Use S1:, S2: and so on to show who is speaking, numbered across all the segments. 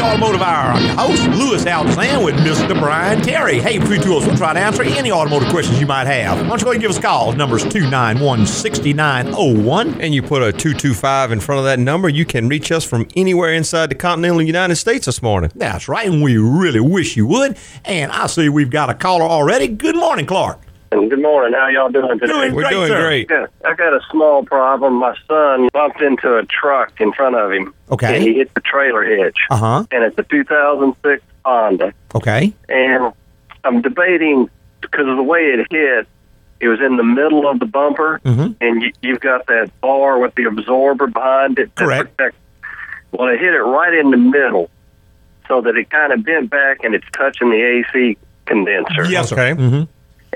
S1: Automotive Hour. I'm your host, Lewis Alexander with Mr. Brian Terry. Hey, Free Tools, we'll try to answer any automotive questions you might have. Why don't you go ahead and give us a call? Number's 291 6901.
S2: and you put a 225 in front of that number, you can reach us from anywhere inside the continental United States this morning.
S1: That's right, and we really wish you would. And I see we've got a caller already. Good morning, Clark.
S3: And good morning. How y'all doing today?
S1: Doing
S2: We're
S1: Great,
S2: doing
S1: sir.
S2: great.
S3: Yeah, I got a small problem. My son bumped into a truck in front of him.
S1: Okay.
S3: And he hit the trailer hitch.
S1: Uh huh.
S3: And it's a 2006 Honda.
S1: Okay.
S3: And I'm debating because of the way it hit, it was in the middle of the bumper.
S1: Mm-hmm.
S3: And you, you've got that bar with the absorber behind it. to
S1: Correct.
S3: protect- Well, it hit it right in the middle so that it kind of bent back and it's touching the AC condenser.
S1: Yes, sir.
S2: Okay.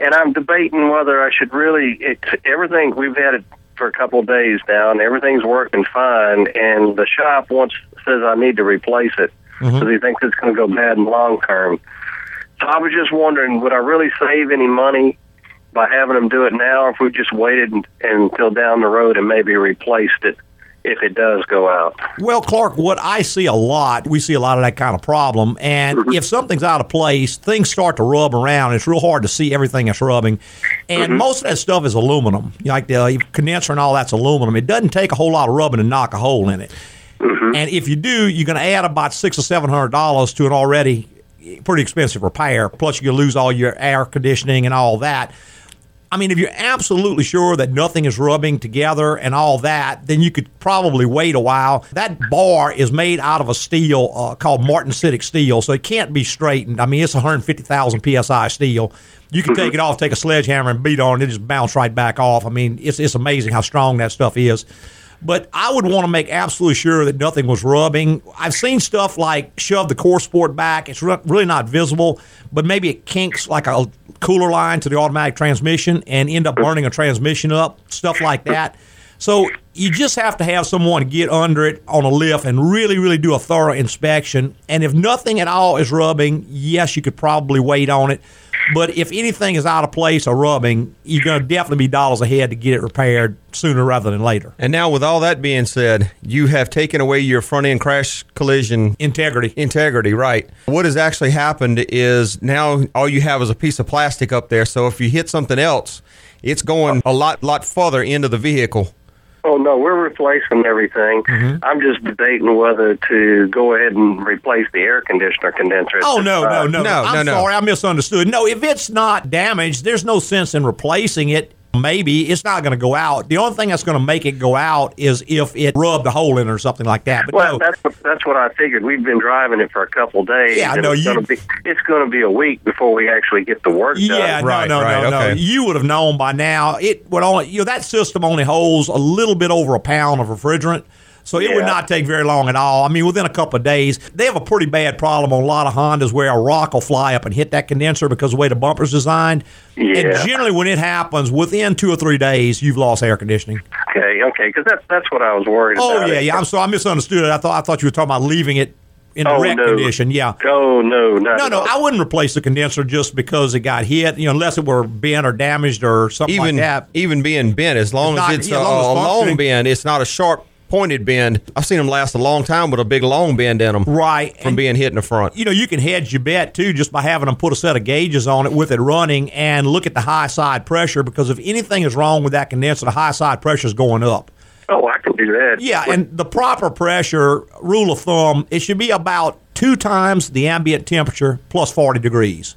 S3: and I'm debating whether I should really. It's everything we've had it for a couple of days now, and everything's working fine. And the shop wants says I need to replace it
S1: Mm-hmm.
S3: because he thinks it's going to go bad in long term. So I was just wondering, would I really save any money by having them do it now, or if we just waited and- until down the road and maybe replaced it if it does go out?
S1: Well, Clark, what I see a lot, we see a lot of that kind of problem. And if something's out of place, things start to rub around. It's real hard to see everything that's rubbing. And most of that stuff is aluminum, like the uh, condenser and all that's aluminum. It doesn't take a whole lot of rubbing to knock a hole in it. And if you do, you're going to add about six or seven hundred dollars to an already eh, pretty expensive repair. Plus, you lose all your air conditioning and all that. I mean, if you're absolutely sure that nothing is rubbing together and all that, then you could probably wait a while. That bar is made out of a steel uh, called martensitic steel, so it can't be straightened. I mean, it's 150,000 psi steel. You can take it off, take a sledgehammer and beat on it, it just bounce right back off. I mean, it's it's amazing how strong that stuff is. But I would want to make absolutely sure that nothing was rubbing. I've seen stuff like shove the core sport back. It's re- really not visible, but maybe it kinks like a cooler line to the automatic transmission and end up burning a transmission up, stuff like that. So you just have to have someone get under it on a lift and really, really do a thorough inspection. And if nothing at all is rubbing, yes, you could probably wait on it. But if anything is out of place or rubbing, you're going to definitely be dollars ahead to get it repaired sooner rather than later.
S2: And now, with all that being said, you have taken away your front end crash collision
S1: Integrity.
S2: integrity, right? What has actually happened is now all you have is a piece of plastic up there. So if you hit something else, it's going a lot, lot further into the vehicle.
S3: Oh no, we're replacing everything.
S1: Mm-hmm.
S3: I'm just debating whether to go ahead and replace the air conditioner condenser. at
S1: Oh
S3: this
S1: no, no,
S3: time.
S1: no,
S2: No,
S1: I'm
S2: no, no.
S1: sorry, I misunderstood. No, if it's not damaged, there's no sense in replacing it. Maybe it's not going to go out. The only thing that's going to make it go out is if it rubbed a hole in it or something like that. But
S3: Well,
S1: no,
S3: that's what, that's what I figured. We've been driving it for a couple days.
S1: Yeah, I
S3: and
S1: know
S3: it's
S1: you-
S3: Gonna be, it's going to be a week before we actually get the work done.
S1: yeah,
S2: Right,
S1: no, no,
S2: right,
S1: no,
S2: okay.
S1: no. You would have known by now. It would only, you know, that system only holds a little bit over a pound of refrigerant. So it would
S3: Yeah.
S1: not take very long at all. I mean, within a couple of days, they have a pretty bad problem on a lot of Hondas where a rock will fly up and hit that condenser because of the way the bumper's designed. And
S3: Yeah.
S1: generally, when it happens, within two or three days, you've lost air conditioning.
S3: Okay, okay, because that's that's what I was worried
S1: Oh
S3: about.
S1: yeah, yeah. I'm sorry, I misunderstood it. I thought I thought you were talking about leaving it in the
S3: Oh,
S1: wreck
S3: no.
S1: condition. Yeah.
S3: Oh no, not
S1: No,
S3: at
S1: no,
S3: all.
S1: I wouldn't replace the condenser just because it got hit, you know, unless it were bent or damaged or something
S2: Even,
S1: like that.
S2: even being bent, as long
S1: It's
S2: as
S1: not-
S2: it's
S1: yeah,
S2: a,
S1: as long as
S2: a long
S1: functioning.
S2: bend, it's not a sharp pointed bend. I've seen them last a long time with a big long bend in them.
S1: Right.
S2: From being hit in the front.
S1: you know, you can hedge your bet too just by having them put a set of gauges on it with it running and look at the high side pressure because if anything is wrong with that condenser, the high side pressure is going up.
S3: Oh, I can do that.
S1: Yeah, and the proper pressure rule of thumb, it should be about two times the ambient temperature plus 40 degrees.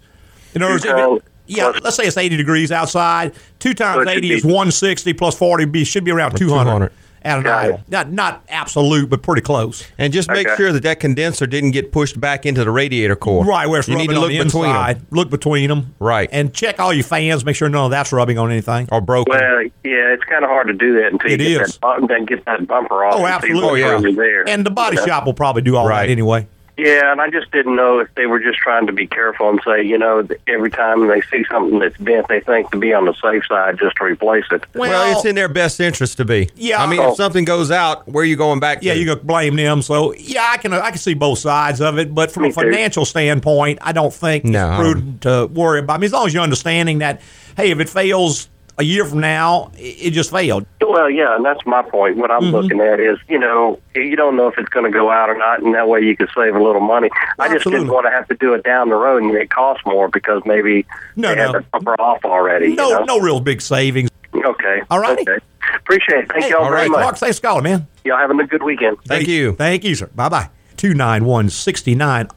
S1: In other words, if
S3: times
S1: it, yeah,
S3: plus-
S1: let's say it's 80 degrees outside. Two times
S3: it should
S1: 80 is
S3: be-
S1: 160 plus 40 be, should be around 200,
S2: 200.
S1: at an
S3: Got it.
S1: idle. Not, not absolute, but pretty close.
S2: And just make
S3: Okay.
S2: sure that that condenser didn't get pushed back into the radiator core.
S1: Right, where it's
S2: you
S1: rubbing
S2: need to
S1: on
S2: look
S1: the
S2: between 'em
S1: inside. Look between them.
S2: Right.
S1: And check all your fans, make sure none of that's rubbing on anything.
S3: Oh,
S2: or broken.
S3: Well, yeah, it's kind of hard to do that until
S1: It
S3: you get
S1: is.
S3: that, bump, then get that bumper off.
S1: Oh,
S3: and see
S1: absolutely.
S3: what's
S2: Oh, yeah.
S3: really there.
S1: And the body
S3: Yeah.
S1: shop will probably do all
S2: Right.
S1: that anyway.
S3: Yeah, and I just didn't know if they were just trying to be careful and say, you know, th- every time they see something that's bent, they think to be on the safe side just to replace it.
S2: Well,
S1: Well-
S2: it's in their best interest to be.
S1: Yeah.
S2: I mean,
S3: Oh.
S2: if something goes out, where are you going back
S1: Yeah,
S2: to?
S1: you could blame them. So yeah, I can I can see both sides of it, but from
S3: Me
S1: a
S3: too.
S1: financial standpoint, I don't think
S2: No, I
S1: it's prudent to worry about. I mean, as long as you're understanding that, hey, if it fails a year from now, it, it just failed.
S3: Well, yeah, and that's my point. What I'm
S1: Mm-hmm.
S3: looking at is, you know, you don't know if it's going to go out or not, and that way you could save a little money. I just
S1: Absolutely.
S3: didn't want to have to do it down the road and it costs more because maybe
S1: No,
S3: they
S1: no.
S3: had the bumper off already.
S1: No,
S3: you know?
S1: no real big savings.
S3: Okay.
S1: All righty.
S3: Okay. Appreciate it. Thank
S1: Hey,
S3: y'all very much.
S1: Mark, thanks for calling, man.
S3: Y'all having a good weekend.
S2: Thank you.
S1: Thank you, sir. Bye bye. 291 6901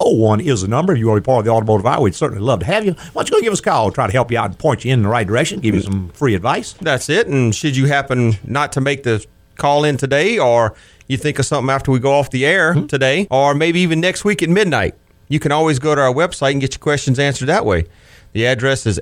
S1: is the number. If you want to be part of the Automotive Hour, we'd certainly love to have you. Why don't you go give us a call? Try to help you out and point you in the right direction, give you some free advice.
S2: That's it. And should you happen not to make the call in today, or you think of something after we go off the air today, or maybe even next week at midnight, you can always go to our website and get your questions answered that way. The address is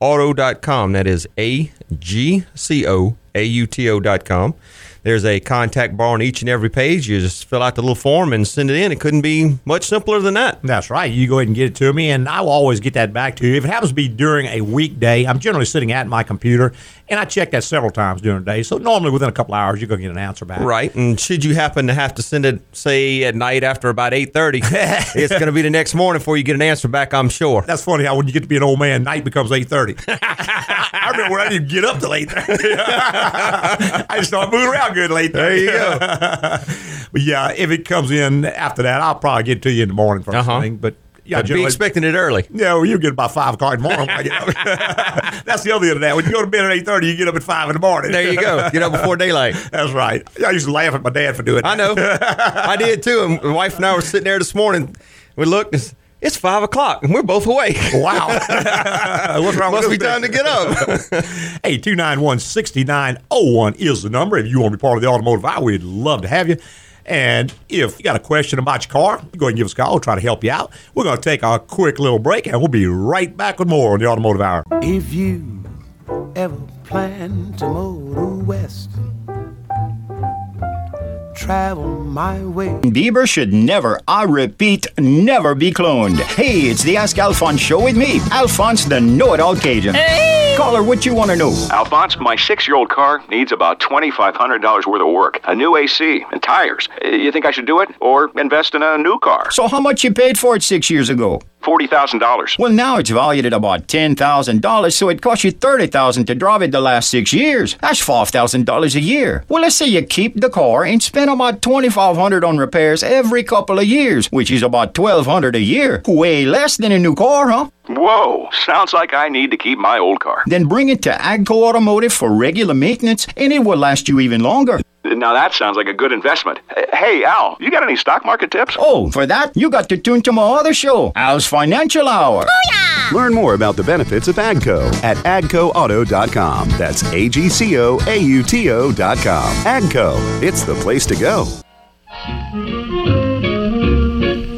S2: agcoauto.com. That is A G C O A U T O dot com. There's a contact bar on each and every page. You just fill out the little form and send it in. It couldn't be much simpler than that.
S1: That's right. You go ahead and get it to me, and I will always get that back to you. If it happens to be during a weekday, I'm generally sitting at my computer, and I check that several times during the day. So normally within a couple hours, you're going to get an answer back.
S2: Right, and should you happen to have to send it, say at night after about eight thirty, it's going to be the next morning before you get an answer back. I'm sure.
S1: That's funny how when you get to be an old man, night becomes eight thirty. I remember when I didn't get up till eight thirty. I just started moving around good late. There you go. but yeah, if it comes in after that, I'll probably get to you in the morning 1st
S2: Uh-huh.
S1: thing. But yeah,
S2: I'd be
S1: generally-
S2: expecting it early.
S1: yeah, well, you get about five o'clock in the morning. when I get up. That's the other end of that. When you go to bed at eight thirty, you get up at five in the morning.
S2: There you go. Get up before daylight.
S1: That's right. I used to laugh at my dad for doing.
S2: I
S1: that.
S2: know. I did too. And my wife and I were sitting there this morning. We looked. It's, it's five o'clock, and we're both awake.
S1: Wow. What's wrong
S2: Must be
S1: with this
S2: time to
S1: thing?
S2: get up.
S1: Hey, 291 6901 is the number. If you want to be part of the automotive hour, we'd love to have you. And if you got a question about your car, go ahead and give us a call. We'll try to help you out. We're going to take a quick little break, and we'll be right back with more on the automotive hour.
S4: If you ever plan to motor west, travel my way.
S5: Bieber should never, I repeat, never be cloned. Hey, it's the Ask Alphonse show with me, Alphonse the Know It All Cajun. Hey! Caller, what you want to know?
S6: Alphonse, my six year old car needs about $2,500 worth of work a new AC and tires. Uh, You think I should do it or invest in a new car?
S5: So, how much you paid for it six years ago?
S6: $40,000.
S5: Well, now it's valued at about $10,000, so it cost you $30,000 to drive it the last six years. That's $5,000 a year. Well, let's say you keep the car and spend about $2,500 on repairs every couple of years, which is about $1,200 a year. Way less than a new car, huh?
S6: Whoa, sounds like I need to keep my old car.
S5: Then bring it to Agco Automotive for regular maintenance, and it will last you even longer.
S6: Now that sounds like a good investment. Uh, Hey, Al, you got any stock market tips?
S5: Oh, for that, you got to tune to my other show, Al's Financial Hour.
S7: Learn more about the benefits of AGCO at agcoauto.com. That's A G C O A U T O.com. AGCO, it's the place to go.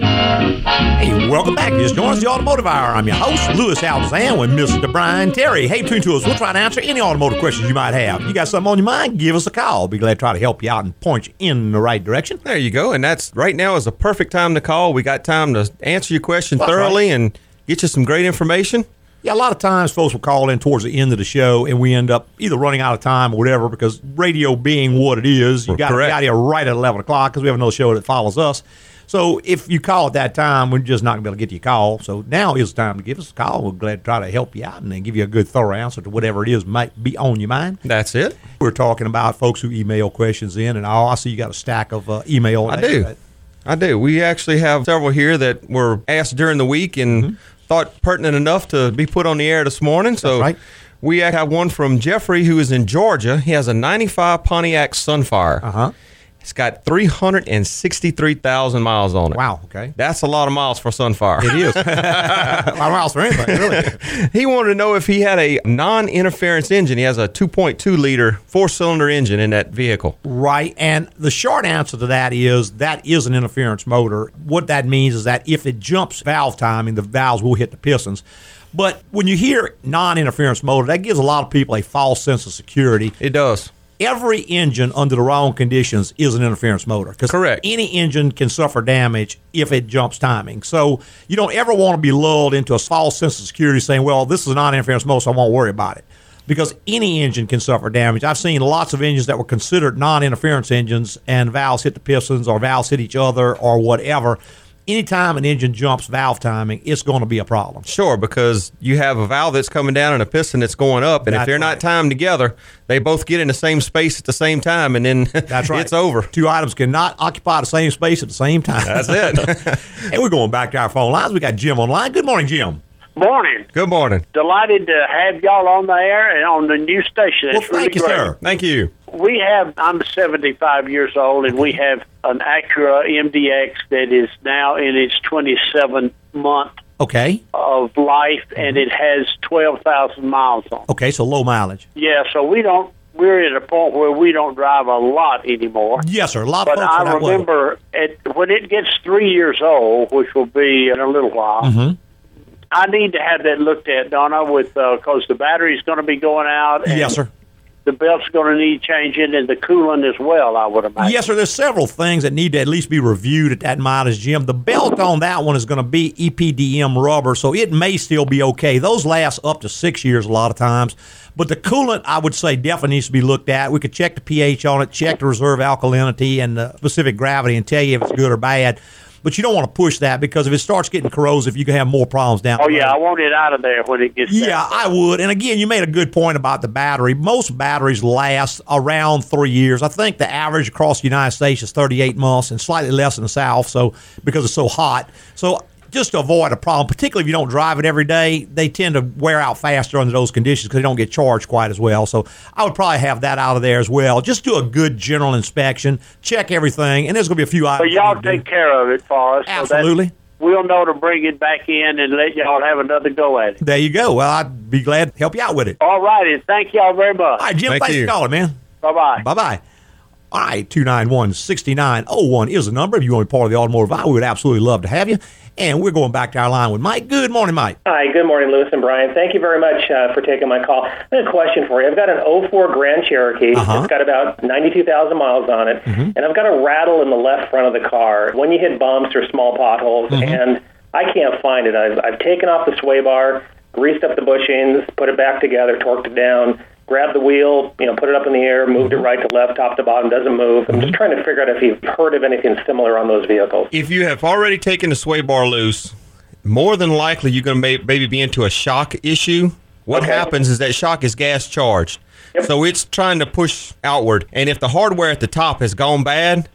S1: Hey, welcome back. You just joined us the Automotive Hour. I'm your host, Lewis Alzan, with Mr. Brian Terry. Hey, tune to us. We'll try to answer any automotive questions you might have. You got something on your mind? Give us a call. Be glad to try to help you out and point you in the right direction.
S2: There you go. And that's right now is a perfect time to call. We got time to answer your question
S1: That's
S2: thoroughly and get you some great information.
S1: Yeah, a lot of times folks will call in towards the end of the show, and we end up either running out of time or whatever because radio being what it is, you got to be
S2: Correct.
S1: out here right at 11 o'clock because we have another show that follows us. So if you call at that time, we're just not going to be able to get to your call. So now is the time to give us a call. We're glad to try to help you out and then give you a good, thorough answer to whatever it is might be on your mind.
S2: That's it.
S1: We're talking about folks who email questions in, and oh, I see you got a stack of uh, email.
S2: I do. I do. We actually have several here that were asked during the week and
S1: Mm-hmm.
S2: thought pertinent enough to be put on the air this morning. So
S1: right.
S2: we have one from Jeffrey who is in Georgia. He has a 95 Pontiac Sunfire.
S1: Uh-huh.
S2: It's got 363,000 miles on it.
S1: Wow, okay.
S2: That's a lot of miles for Sunfire.
S1: It is. I don't ask for anything, really.
S2: He wanted to know if he had a non-interference engine. He has a 2.2 liter four-cylinder engine in that vehicle.
S1: Right. And the short answer to that is that is an interference motor. What that means is that if it jumps valve timing, the valves will hit the pistons. But when you hear non interference motor, that gives a lot of people a false sense of security.
S2: It does.
S1: Every engine under the wrong conditions is an interference motor. 'cause
S2: Correct.
S1: Any engine can suffer damage if it jumps timing. So you don't ever want to be lulled into a false sense of security saying, well, this is a non interference motor, so I won't worry about it. Because any engine can suffer damage. I've seen lots of engines that were considered non interference engines and valves hit the pistons or valves hit each other or whatever. anytime an engine jumps valve timing, it's going to be a problem.
S2: Sure, because you have a valve that's coming down and a piston that's going up, and
S1: That's
S2: if they're
S1: right.
S2: not timed together, they both get in the same space at the same time, and then
S1: That's right.
S2: it's over.
S1: Two items cannot occupy the same space at the same time.
S2: That's it.
S1: hey, we're going back to our phone lines. We got Jim online. Good morning, Jim.
S8: Morning.
S2: Good morning.
S8: Delighted to have y'all on the air and on the new station.
S1: Well,
S8: It's really
S1: thank you,
S8: great.
S1: sir.
S2: Thank you.
S8: We have, I'm 75 years old, and we have an Acura MDX that is now in its 27th month
S1: Okay.
S8: of life, and
S1: Mm-hmm.
S8: it has 12,000 miles on it.
S1: Okay, so low mileage.
S8: Yeah, so we don't, we're at a point where we don't drive a lot anymore.
S1: Yes, sir. A lot of
S8: But
S1: folks are
S8: I
S1: that way.
S8: remember it, when it gets three years old, which will be in a little while.
S1: Mm-hmm.
S8: I need to have that looked at, Donna, with because the battery's going to be going out. And
S1: Yes, sir.
S8: The belt's going to need changing, and the coolant as well. I would imagine.
S1: Yes, sir. There's several things that need to at least be reviewed at that mileage, Jim. The belt on that one is going to be E EPDM rubber, so it may still be okay. Those last up to six years a lot of times. But the coolant, I would say, definitely needs to be looked at. We could check the pH on it, check the reserve alkalinity and the specific gravity, and tell you if it's good or bad. But you don't want to push that because if it starts getting corrosive, you can have more problems down.
S8: Oh
S1: the road.
S8: yeah, I want it out of there when it gets.
S1: Yeah, I would. And again, you made a good point about the battery. Most batteries last around three years. I think the average across the United States is 38 months and slightly less in the South. So because it's so hot, so just to avoid a problem, particularly if you don't drive it every day, they tend to wear out faster under those conditions because they don't get charged quite as well. So I would probably have that out of there as well. Just do a good general inspection, check everything, and there's going to be a few
S8: But
S1: items.
S8: y'all
S1: you need
S8: take
S1: to do.
S8: care of it for us. so that
S1: Absolutely.
S8: we'll know to bring it back in and let y'all have another go at it.
S1: There you go. Well, I'd be glad to help you out with it.
S8: All righty. Thank y'all very much.
S1: All right, Jim,
S2: Thank
S1: thanks
S2: you.
S1: for calling, man.
S8: Bye bye.
S1: Bye bye. All right, 291 6901 is the number. If you want to be part of the automotive, I would absolutely love to have you. And we're going back to our line with Mike. Good morning, Mike.
S9: Hi, good morning, Lewis and Brian. Thank you very much uh, for taking my call. I have a question for you. I've got an 04 Grand Cherokee.
S1: Uh-huh.
S9: It's got about 92,000 miles on it, and I've got a rattle in the left front of the car when you hit bumps or small potholes, and I can't find it. I've, I've taken off the sway bar, greased up the bushings, put it back together, torqued it down, grabbed the wheel, you know, put it up in the air, moved it right to left, top to bottom, doesn't move. I'm just trying to figure out if you've heard of anything similar on those vehicles.
S2: If you have already taken the sway bar loose, more than likely you're going to may- maybe be into a shock issue. What
S9: Okay.
S2: happens is that shock is gas charged. So it's trying to push outward. And if the hardware at the top has gone bad,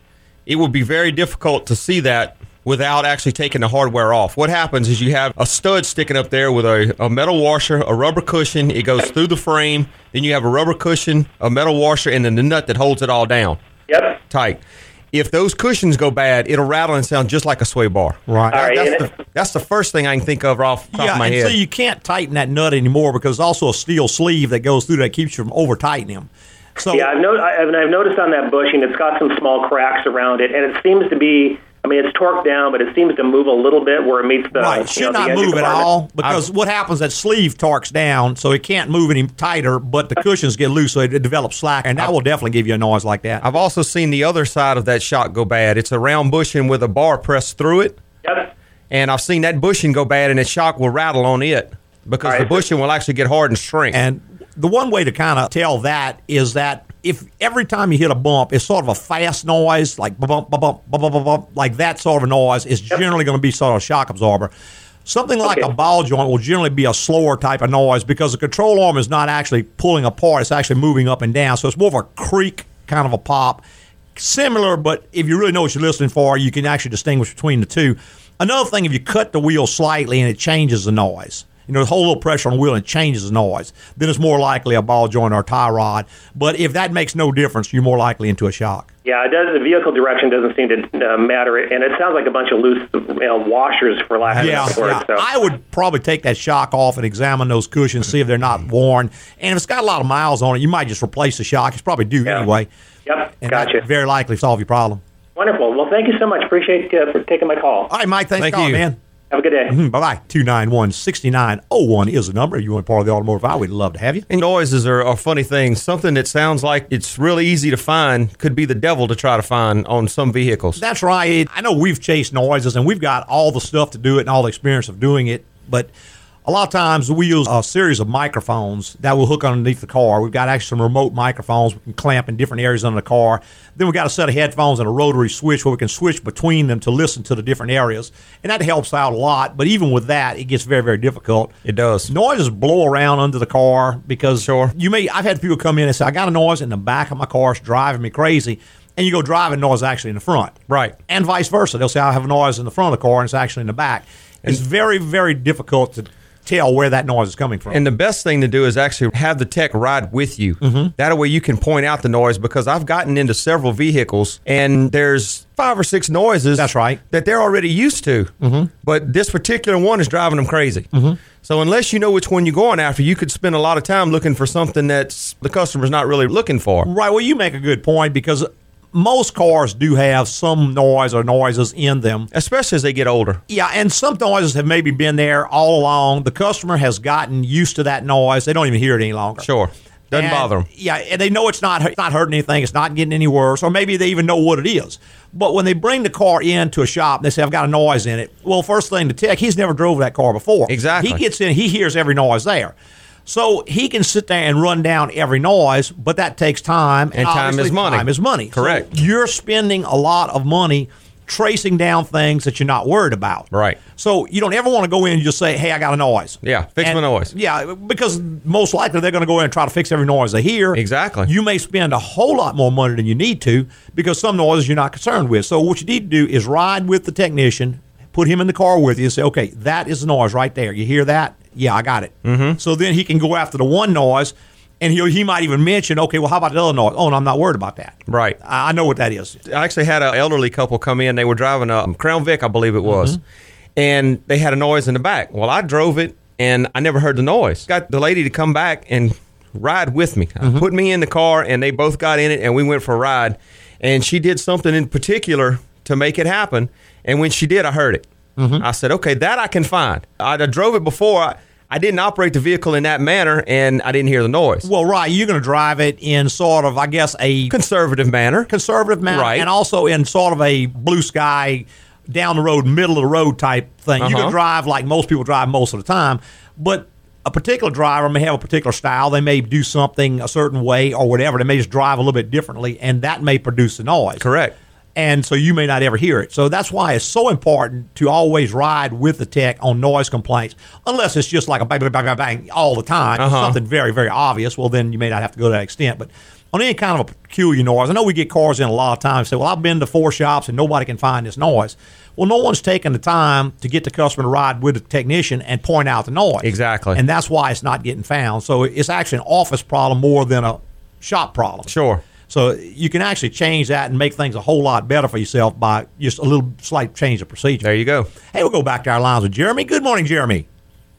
S2: it will be very difficult to see that without actually taking the hardware off. What happens is you have a stud sticking up there with a, a metal washer, a rubber cushion, it goes through the frame, then you have a rubber cushion, a metal washer, and then the nut that holds it all down
S9: Yep.
S2: tight. If those cushions go bad, it'll rattle and sound just like a sway bar.
S1: Right.
S9: All right,
S2: That's
S9: and it-
S2: the, that's the first thing I can think of off the top of my
S1: and
S2: head.
S1: so you can't tighten that nut anymore because there's also a steel sleeve that goes through that keeps you from over tightening them. So
S9: Yeah, I've, no- I- I've, I've noticed on that bushing, it's got some small cracks around it, and it seems to be. I mean, it's torqued down, but it seems to move a little bit where it meets the.
S1: right,
S9: you
S1: it should
S9: know, the
S1: not
S9: engine
S1: move at
S9: compartment.
S1: all because what happens that sleeve torques down, so it can't move any tighter, but the cushions get loose, so it, it develops slack, and that will definitely give you a noise like that.
S2: I've also seen the other side of that shock go bad. It's a round bushing with a bar pressed through it,
S9: Yep.
S2: and I've seen that bushing go bad, and the shock will rattle on it because the
S9: All right.
S2: bushing will actually get hard and shrink.
S1: And the one way to kind of tell that is that if every time you hit a bump, it's sort of a fast noise, like bump, bump, bump, bump, bump, bump, like that sort of noise is generally going to be sort of a shock absorber. Something like
S9: Okay.
S1: a ball joint will generally be a slower type of noise because the control arm is not actually pulling apart; it's actually moving up and down. So it's more of a creak kind of a pop, similar. But if you really know what you're listening for, you can actually distinguish between the two. Another thing, if you cut the wheel slightly and it changes the noise, you know, the whole little pressure on the wheel and changes the noise, then it's more likely a ball joint or a tie rod. But if that makes no difference, you're more likely into a shock.
S9: Yeah, it does. The vehicle direction doesn't seem to uh, matter, and it sounds like a bunch of loose you know, washers, for lack of a
S1: Yeah,
S9: better word.
S1: yeah.
S9: So.
S1: I would probably take that shock off and examine those cushions, see if they're
S9: Mm-hmm.
S1: not worn. And if it's got a lot of miles on it, you might just replace the shock. It's probably due
S9: Yeah.
S1: anyway.
S9: Yep,
S1: And that
S9: gotcha.
S1: Very likely solve your problem.
S9: Wonderful. Well, thank you so much. Appreciate uh, for taking my call.
S1: All Mm-hmm. right, Mike. Thanks
S2: Thank
S1: for calling,
S2: you.
S1: man.
S9: Have a good day.
S1: Bye bye. 291 6901 is the number. If you want to part of the automotive, I would love to have you.
S2: And noises are, are funny things. Something that sounds like it's really easy to find could be the devil to try to find on some vehicles.
S1: That's right. It- I know we've chased noises and we've got all the stuff to do it and all the experience of doing it, but A lot of times we use a series of microphones that will hook underneath the car. We've got actually some remote microphones we can clamp in different areas under the car. Then we've got a set of headphones and a rotary switch where we can switch between them to listen to the different areas. And that helps out a lot. But even with that, it gets very, very difficult.
S2: It does.
S1: Noises blow around under the car because sure. you may I've had people come in and say, I got a noise in the back of my car, it's driving me crazy. And you go driving noise actually in the front.
S2: Right.
S1: And vice versa. They'll say, I have a noise in the front of the car and it's actually in the back. It's very, very difficult to tell where that noise is coming from.
S2: And the best thing to do is actually have the tech ride with you.
S1: Mm-hmm.
S2: That way you can point out the noise because I've gotten into several vehicles and there's five or six noises.
S1: That's right.
S2: That they're already used to. Mm-hmm. But this particular one is driving them crazy. Mm-hmm. So unless you know which one you're going after, you could spend a lot of time looking for something that's the customer's not really looking for.
S1: Right. Well, you make a good point because most cars do have some noise or noises in them.
S2: Especially as they get older.
S1: Yeah, and some noises have maybe been there all along. The customer has gotten used to that noise. They don't even hear it any longer.
S2: Sure. Doesn't
S1: And-
S2: bother them.
S1: Yeah, and they know it's not it's not hurting anything. It's not getting any worse, or maybe they even know what it is. But when they bring the car into a shop, they say, "I've got a noise in it." Well, first thing the tech, he's never drove that car before.
S2: Exactly.
S1: He gets in, he hears every noise there. So he can sit there and run down every noise, but that takes time.
S2: And time
S1: obviously
S2: is money.
S1: Time is money. So
S2: Correct.
S1: you're spending a lot of money tracing down things that you're not worried about.
S2: Right.
S1: So you don't ever want to go in and just say, "Hey, I got a noise."
S2: Yeah, fix
S1: And-
S2: my noise.
S1: Yeah, because most likely they're going to go in and try to fix every noise they hear.
S2: Exactly.
S1: You may spend a whole lot more money than you need to because some noises you're not concerned with. So what you need to do is ride with the technician, put him in the car with you, and say, "Okay, that is the noise right there. You hear that? Yeah, I got it." Mm-hmm. So then he can go after the one noise. And he he might even mention, okay, well, how about the other noise? Oh, and I'm not worried about that.
S2: Right.
S1: I I know what that is.
S2: I actually had an elderly couple come in. They were driving a Crown Vic, I believe it was, and they had a noise in the back. Well, I drove it, and I never heard the noise. Got the lady to come back and ride with me. Put me in the car, and they both got in it, and we went for a ride. And she did something in particular to make it happen. And when she did, I heard it. I said, "Okay, that I can find." I, I drove it before. I, I didn't operate the vehicle in that manner, and I didn't hear the noise.
S1: Well, right, you're going to drive it in sort of, I guess, a
S2: Conservative manner.
S1: conservative manner,
S2: Right.
S1: and also in sort of a blue sky, down the road, middle of the road type thing. You
S2: Uh-huh.
S1: can drive like most people drive most of the time, but a particular driver may have a particular style. They may do something a certain way or whatever. They may just drive a little bit differently, and that may produce the noise.
S2: Correct.
S1: And so you may not ever hear it. So that's why it's so important to always ride with the tech on noise complaints, unless it's just like a bang, bang, bang, bang, bang all the time.
S2: Uh-huh.
S1: Something very, very obvious. Well, then you may not have to go to that extent. But on any kind of a peculiar noise, I know we get cars in a lot of times. Say, well, I've been to four shops and nobody can find this noise. Well, no one's taking the time to get the customer to ride with the technician and point out the noise.
S2: Exactly.
S1: And that's why it's not getting found. So it's actually an office problem more than a shop problem.
S2: Sure.
S1: So you can actually change that and make things a whole lot better for yourself by just a little slight change of procedure.
S2: There you go.
S1: Hey, we'll go back to our lines with Jeremy. Good morning, Jeremy.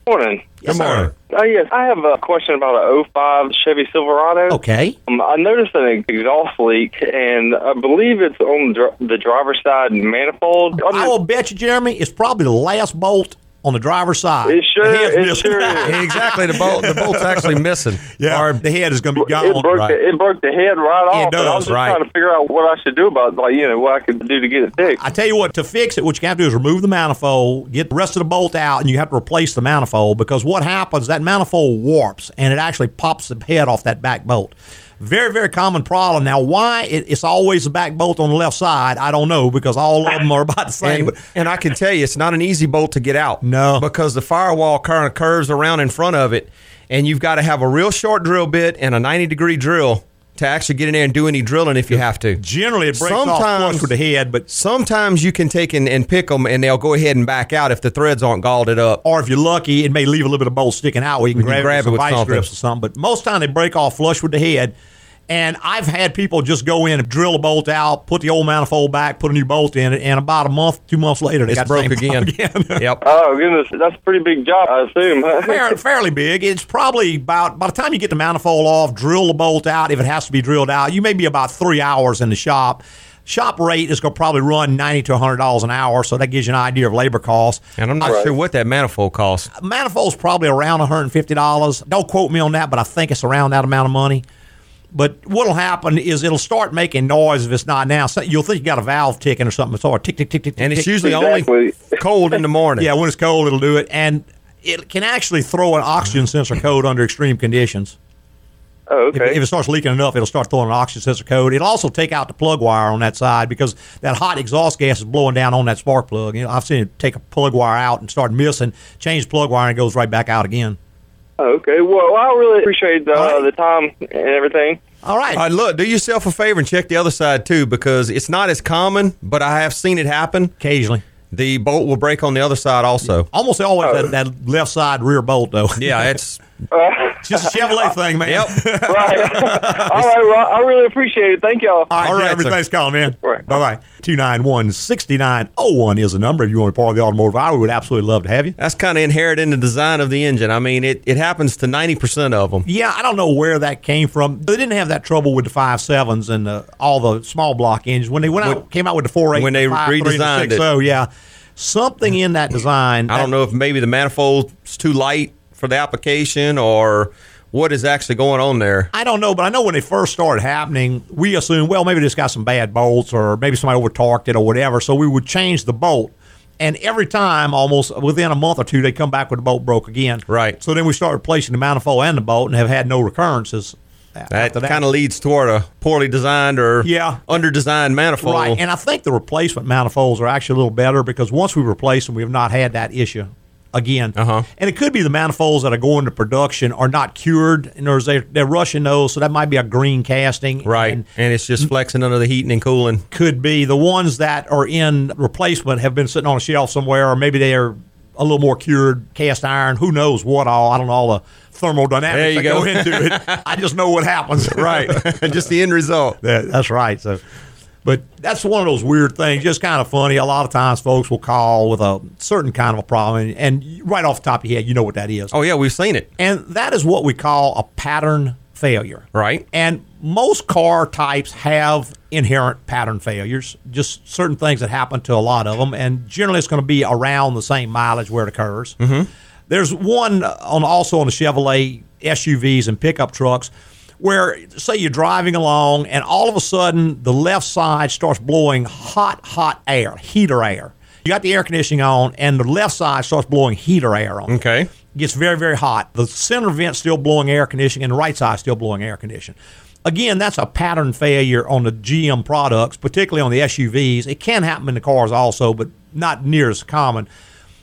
S10: Morning.
S1: Yes,
S2: Good morning.
S1: sir.
S10: Uh, yes, I have a question about a 05 Chevy Silverado.
S1: Okay.
S10: Um, I noticed an exhaust leak, and I believe it's on dr- the driver's side manifold. I'm
S1: I will bet you, Jeremy, it's probably the last bolt on the driver's side.
S10: It sure-
S1: The head's
S10: it
S1: missing.
S10: sure is.
S2: exactly. The bolt. The bolt's actually missing.
S1: yeah.
S2: Or
S1: the head is going to be
S10: just-
S1: gone.
S10: it broke the, it broke the head right off. and I
S1: does,
S10: was just
S2: right.
S10: trying to figure out what I should do about, like you know, what I could do to get it fixed.
S1: I tell you what, to fix it, what you have to do is remove the manifold, get the rest of the bolt out, and you have to replace the manifold because what happens, that manifold warps and it actually pops the head off that back bolt. Very, very common problem. Now, why it, it's always the back bolt on the left side, I don't know because all of them are about the same.
S2: And,
S1: but
S2: and I can tell you, it's not an easy bolt to get out.
S1: No.
S2: Because the firewall kind of curves around in front of it, and you've got to have a real short drill bit and a 90 degree drill to actually get in there and do any drilling if you have to.
S1: generally, it breaks off
S2: Sometimes-
S1: flush with the head, but
S2: Sometimes you can take and, and pick them, and they'll go ahead and back out if the threads aren't galled up.
S1: or if you're lucky, it may leave a little bit of bolt sticking out where you can,
S2: can
S1: grab,
S2: grab
S1: it with,
S2: it
S1: some
S2: with
S1: vice
S2: something.
S1: grips or something. But most time they break off flush with the head. And I've had people just go in and drill a bolt out, put the old manifold back, put a new bolt in it, and about a month, two months later, they
S2: It's
S1: got the
S2: broke
S1: same
S2: again.
S1: problem again.
S2: yep.
S10: Oh goodness, that's a pretty big job, I assume. huh?
S1: Fair, fairly big. It's probably about by the time you get the manifold off, drill the bolt out if it has to be drilled out. You may be about three hours in the shop. Shop rate is going to probably run ninety to hundred dollars an hour, so that gives you an idea of labor costs.
S2: And I'm not sure what that manifold costs.
S1: manifold's probably around $150. Don't quote me on that, but I think it's around that amount of money. But what'll happen is it'll start making noise if it's not now. So you'll think you got a valve ticking or something. It's all tick, tick, tick, tick, tick,
S2: And it's
S1: tick.
S2: usually only
S10: Exactly.
S2: cold in the morning.
S1: yeah, when it's cold, it'll do it. And it can actually throw an oxygen sensor code under extreme conditions.
S10: Oh,
S1: okay. If, if it starts leaking enough, it'll start throwing an oxygen sensor code. It'll also take out the plug wire on that side because that hot exhaust gas is blowing down on that spark plug. You know, I've seen it take a plug wire out and start missing, change the plug wire, and it goes right back out again.
S10: Okay. Well, I really appreciate the, the time and everything.
S1: All right.
S2: All right, look, do yourself a favor and check the other side too, because it's not as common, but I have seen it happen
S1: occasionally.
S2: The bolt will break on the other side also.
S1: Almost always that, that left side rear bolt, though.
S2: Yeah, it's
S1: It's just a Chevrolet thing, man. Yep.
S10: All right. Well, I really appreciate it. Thank y'all.
S1: All right, Jeffrey, thanks for calling, man. Bye bye. 291 6901 is the number if you want to part of the automotive hour. We would absolutely love to have you.
S2: that's kind of inherent in the design of the engine. I mean, it, it happens to ninety percent of them.
S1: Yeah, I don't know where that came from. They didn't have that trouble with the five sevens and uh, all the small block engines when they went out, came out with the four eight.
S2: when they redesigned it.
S1: Oh yeah, something in that design.
S2: I don't know if maybe the manifold's too light for the application or what is actually going on there.
S1: I don't know, but I know when it first started happening, we assumed, well, maybe this got some bad bolts or maybe somebody over torqued it or whatever. So we would change the bolt. And every time, almost within a month or two, they come back with the bolt broke again.
S2: Right.
S1: So then we start replacing the manifold and the bolt and have had no recurrences.
S2: That kind of leads toward a poorly designed or
S1: Yeah.
S2: under designed manifold.
S1: Right. And I think the replacement manifolds are actually a little better because once we replace them, we have not had that issue again. Uh-huh. And it could be the manifolds that are going to production are not cured, and there's they, they're rushing those, so that might be a green casting.
S2: right.
S1: And
S2: And, it's just flexing under the heating and cooling.
S1: could be the ones that are in replacement have been sitting on a shelf somewhere, or maybe they are a little more cured cast iron. Who knows what all? I don't know all the thermodynamics
S2: There you
S1: that
S2: go.
S1: into it. I just know what happens.
S2: Right. just the end result.
S1: That, that's right. So, but that's one of those weird things. Just kind of funny. A lot of times, folks will call with a certain kind of a problem, and, and right off the top of your head, you know what that is.
S2: Oh yeah, we've seen it.
S1: And that is what we call a pattern failure.
S2: Right.
S1: And most car types have inherent pattern failures, just certain things that happen to a lot of them. And generally, it's going to be around the same mileage where it occurs. Mm-hmm. There's one on also on the Chevrolet SUVs and pickup trucks where, say, you're driving along and all of a sudden the left side starts blowing hot, hot air, heater air. You got the air conditioning on, and the left side starts blowing heater air on. it
S2: Okay.
S1: gets very, very hot. The center vent's still blowing air conditioning, and the right side's still blowing air conditioning. Again, that's a pattern failure on the GM products, particularly on the SUVs. It can happen in the cars also, but not near as common.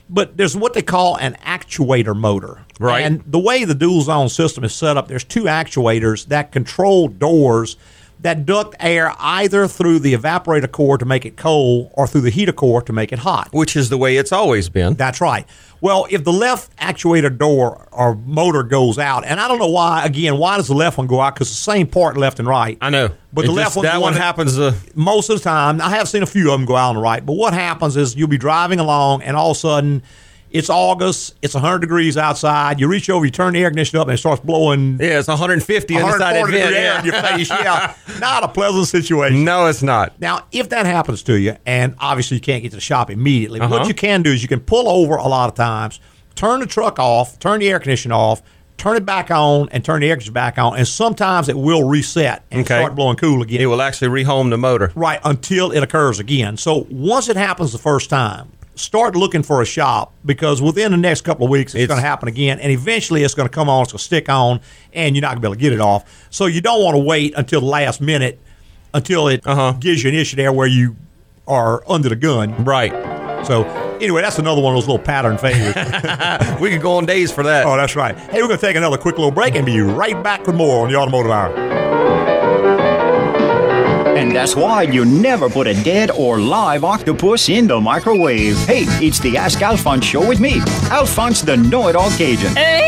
S1: But there's what they call an actuator motor.
S2: Right.
S1: And the way the dual zone system is set up, there's two actuators that control doors that duct air either through the evaporator core to make it cold or through the heater core to make it hot.
S2: Which is the way it's always been.
S1: That's right. Well, if the left actuator door or motor goes out, and I don't know why, again, why does the left one go out? Because the same part left and right.
S2: I know.
S1: But
S2: It
S1: the left
S2: just-
S1: one's the
S2: that
S1: one
S2: one
S1: that-
S2: happens uh,
S1: Most of the time, I have seen a few of them go out on the right, but what happens is you'll be driving along, and all of a sudden, it's August, it's 100 degrees outside. You reach over, you turn the air conditioner up, and it starts blowing
S2: yeah, it's 150 inside
S1: 140
S2: of
S1: degree
S2: it.
S1: air in your face. Yeah, not a pleasant situation.
S2: No, it's not.
S1: Now, if that happens to you, and obviously you can't get to the shop immediately, what
S2: Uh-huh.
S1: you can do is you can pull over a lot of times, turn the truck off, turn the air conditioning off, turn it back on, and turn the air conditioner back on. And sometimes it will reset and
S2: Okay.
S1: start blowing cool again.
S2: It will actually rehome the motor.
S1: Right, until it occurs again. So once it happens the first time, start looking for a shop because within the next couple of weeks it's,
S2: It's-
S1: going to happen again and eventually it's going to come on, it's going to stick on, and you're not going to be able to get it off. So you don't want to wait until the last minute until it gives you an issue there where you are under the gun.
S2: Right.
S1: So anyway, that's another one of those little pattern failures.
S2: We could go on days for that.
S1: oh, that's right. Hey, we're going to take another quick little break and be right back with more on the Automotive Hour.
S5: And that's why you never put a dead or live octopus in the microwave. Hey, it's the Ask Alphonse show with me, Alphonse the Know It All Cajun. Hey!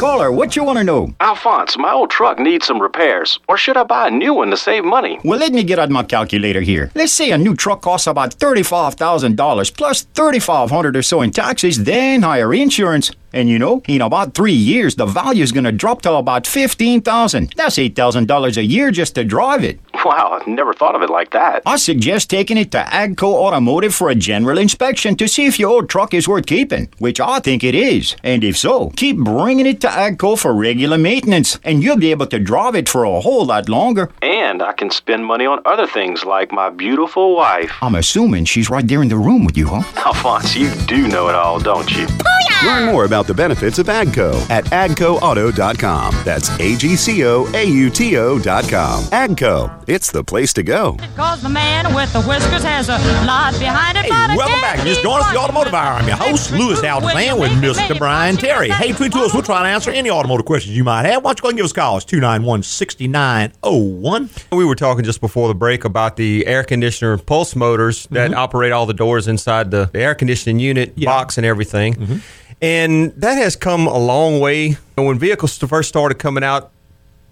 S5: Caller, what you want to know?
S6: Alphonse, my old truck needs some repairs. Or should I buy a new one to save money?
S5: Well, let me get out my calculator here. Let's say a new truck costs about $35,000 plus $3,500 or so in taxes, then higher insurance. And you know, in about three years, the value is going to drop to about $15,000. That's $8,000 a year just to drive it.
S6: Wow, I never thought of it like that.
S5: I suggest taking it to Agco Automotive for a general inspection to see if your old truck is worth keeping, which I think it is. And if so, keep bringing it to Agco for regular maintenance, and you'll be able to drive it for a whole lot longer.
S6: And I can spend money on other things like my beautiful wife.
S5: I'm assuming she's right there in the room with you, huh?
S6: Alphonse, you do know it all, don't you?
S7: Learn more about the benefits of AGCO at agcoauto.com. That's A G C O A U T O.com. AGCO, it's the place to go.
S11: Cause the man with the whiskers has a lot behind it. but it
S1: Welcome
S11: can't
S1: back. You
S11: be
S1: just joined us at the
S11: one.
S1: Automotive Hour. I'm your host, Lewis Alexander, with Mr. Brian Terry. Hey, Twin Tools, we're trying to answer any automotive questions you might have. Why don't you go and give us a call? It's 291 6901.
S2: We were talking just before the break about the air conditioner pulse motors that operate all the doors inside the, the air conditioning unit box and everything. And that has come a long way. And when vehicles first started coming out,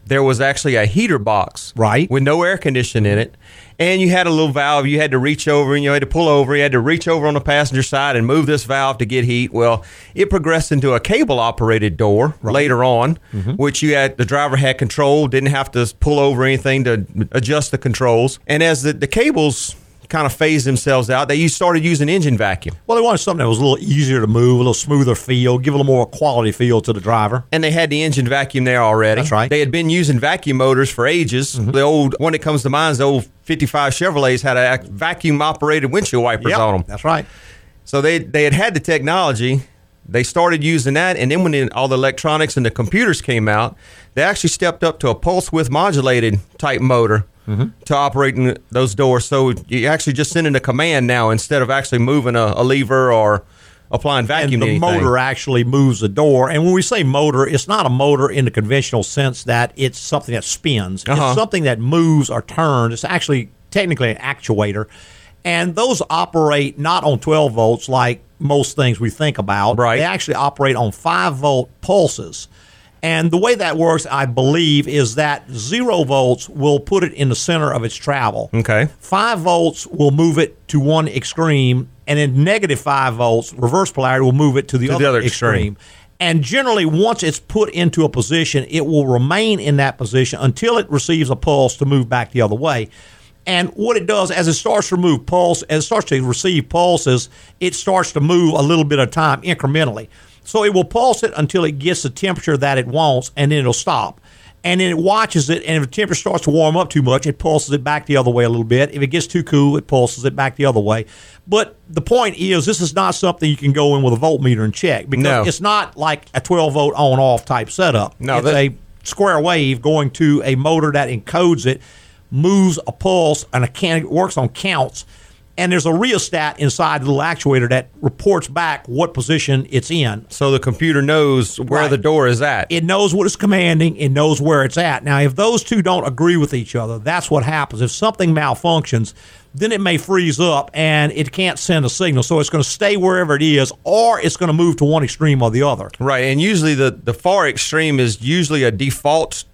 S2: there was actually a heater box, right, with no air conditioning in it, and you had a little valve. You had to reach over, and you had to pull over. You had to reach over on the passenger side and move this valve to get heat. Well, it progressed into a cable-operated door later on, which you had the driver had control, didn't have to pull over anything to adjust the controls. And as the, the cables kind of phased themselves out, they you started using engine vacuum.
S1: Well, they wanted something that was a little easier to move, a little smoother feel, give a little more quality feel to the driver.
S2: and they had the engine vacuum there already. That's right. They had been using vacuum motors for ages.
S1: Mm-hmm.
S2: The old one that comes to mind is the old 55 Chevrolets had a vacuum operated windshield wipers
S1: Yep,
S2: on them.
S1: That's right.
S2: So they they had had the technology. They started using that, and then when it- all the electronics and the computers came out, they actually stepped up to a pulse width modulated type motor
S1: Mm-hmm.
S2: to operate in those doors. So you actually just sending a command now instead of actually moving a, a lever or applying vacuum.
S1: And
S2: to
S1: the
S2: anything.
S1: motor actually moves the door. And when we say motor, it's not a motor in the conventional sense that it's something that spins.
S2: Uh-huh.
S1: It's something that moves or turns. It's actually technically an actuator. And those operate not on 12 volts like most things we think about. Right. They actually operate on 5 volt pulses. And the way that works, I believe, is that zero volts will put it in the center of its travel.
S2: Okay.
S1: Five volts will move it to one extreme, and then negative five volts, reverse polarity, will move it to the,
S2: To the
S1: other,
S2: other
S1: extreme.
S2: extreme.
S1: And generally, once it's put into a position, it will remain in that position until it receives a pulse to move back the other way. And what it does, as it starts to remove pulse, as it starts to receive pulses, it starts to move a little bit of time incrementally. So it will pulse it until it gets the temperature that it wants, and then it'll stop and then it watches it. And if the temperature starts to warm up too much, it pulses it back the other way a little bit. If it gets too cool, it pulses it back the other way. But the point is, this is not something you can go in with a voltmeter and check because
S2: No.
S1: it's not like a 12 volt on off type setup.
S2: No,
S1: it's
S2: that-
S1: a square wave going to a motor that encodes it, moves a pulse, and a can, it works on counts. And there's a rheostat inside the little actuator that reports back what position it's in.
S2: So the computer knows where the door is at.
S1: It knows what it's commanding. It knows where it's at. Now, if those two don't agree with each other, that's what happens. If something malfunctions, then it may freeze up and it can't send a signal. So it's going to stay wherever it is, or it's going to move to one extreme or the other.
S2: Right, and usually the the far extreme is usually a default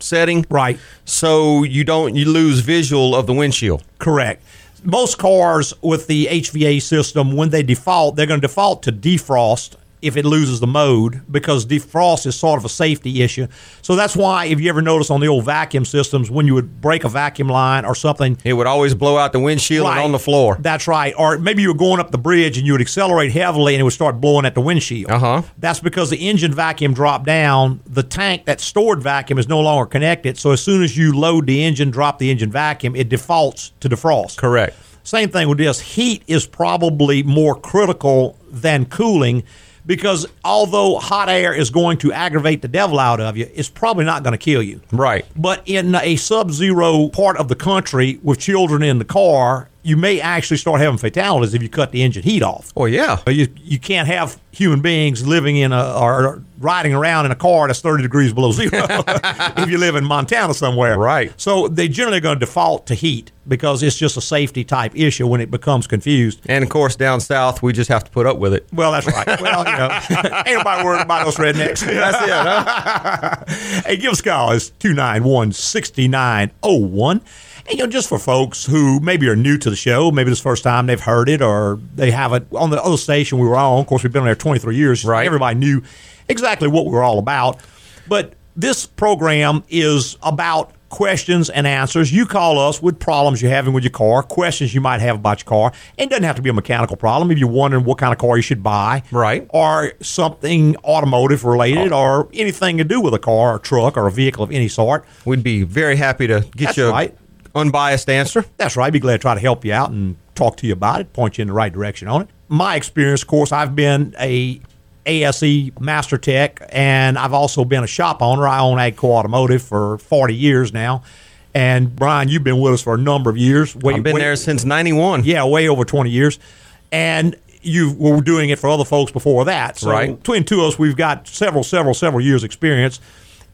S2: setting.
S1: Right.
S2: So you don't you lose visual of the windshield.
S1: Correct. Most cars with the HVA system, when they default, they're going to default to defrost if it loses the mode because defrost is sort of a safety issue. So that's why, if you ever notice on the old vacuum systems, when you would break a vacuum line or something,
S2: It would always blow out the windshield and
S1: Right.
S2: on the floor.
S1: That's right. Or maybe you were going up the bridge and you would accelerate heavily and it would start blowing at the windshield. Uh
S2: huh.
S1: That's because the engine vacuum dropped down. The tank that stored vacuum is no longer connected. So as soon as you load the engine, drop the engine vacuum, it defaults to defrost.
S2: Correct.
S1: Same thing with this. Heat is probably more critical than cooling because although hot air is going to aggravate the devil out of you, it's probably not going to kill you.
S2: Right.
S1: But in a sub zero part of the country with children in the car, you may actually start having fatalities if you cut the engine heat off.
S2: Well, Oh, yeah.
S1: But You, you can't have human beings living in a or riding around in a car that's 30 degrees below zero if you live in Montana somewhere.
S2: Right.
S1: So they generally going to default to heat because it's just a safety type issue when it becomes confused.
S2: And of course, down south, we just have to put up with it.
S1: Well, that's right. Well, you know, ain't nobody worried about those rednecks. That's it. hey, give us a call. It's 291 6901. And, you know, just for folks who maybe are new to the show, maybe this is the first time they've heard it or they haven't, on the other station we were on, of course, we've been on there 23 years. Right. Everybody knew exactly what we were all about. But this program is about questions and answers. You call us with problems you're having with your car, questions you might have about your car. It doesn't have to be a mechanical problem. If you're wondering what kind of car you should buy, right, or something automotive related,
S2: Oh.
S1: or anything to do with a car, or truck, or a vehicle of any sort,
S2: we'd be very happy to get
S1: That's
S2: you a
S1: right.
S2: unbiased answer.
S1: That's right. I'd be glad to try to help you out and talk to you about it, point you in the right direction on it. My experience, of course, I've been a ASE master tech, and I've also been a shop owner. I own Agco Automotive for 40 years now. And Brian, you've been with us for a number of years. Way,
S2: I've been there since 91.
S1: Yeah, way over 20 years. And you were doing it for other folks before that. So
S2: Right.
S1: between two of us, we've got several, several, several years experience.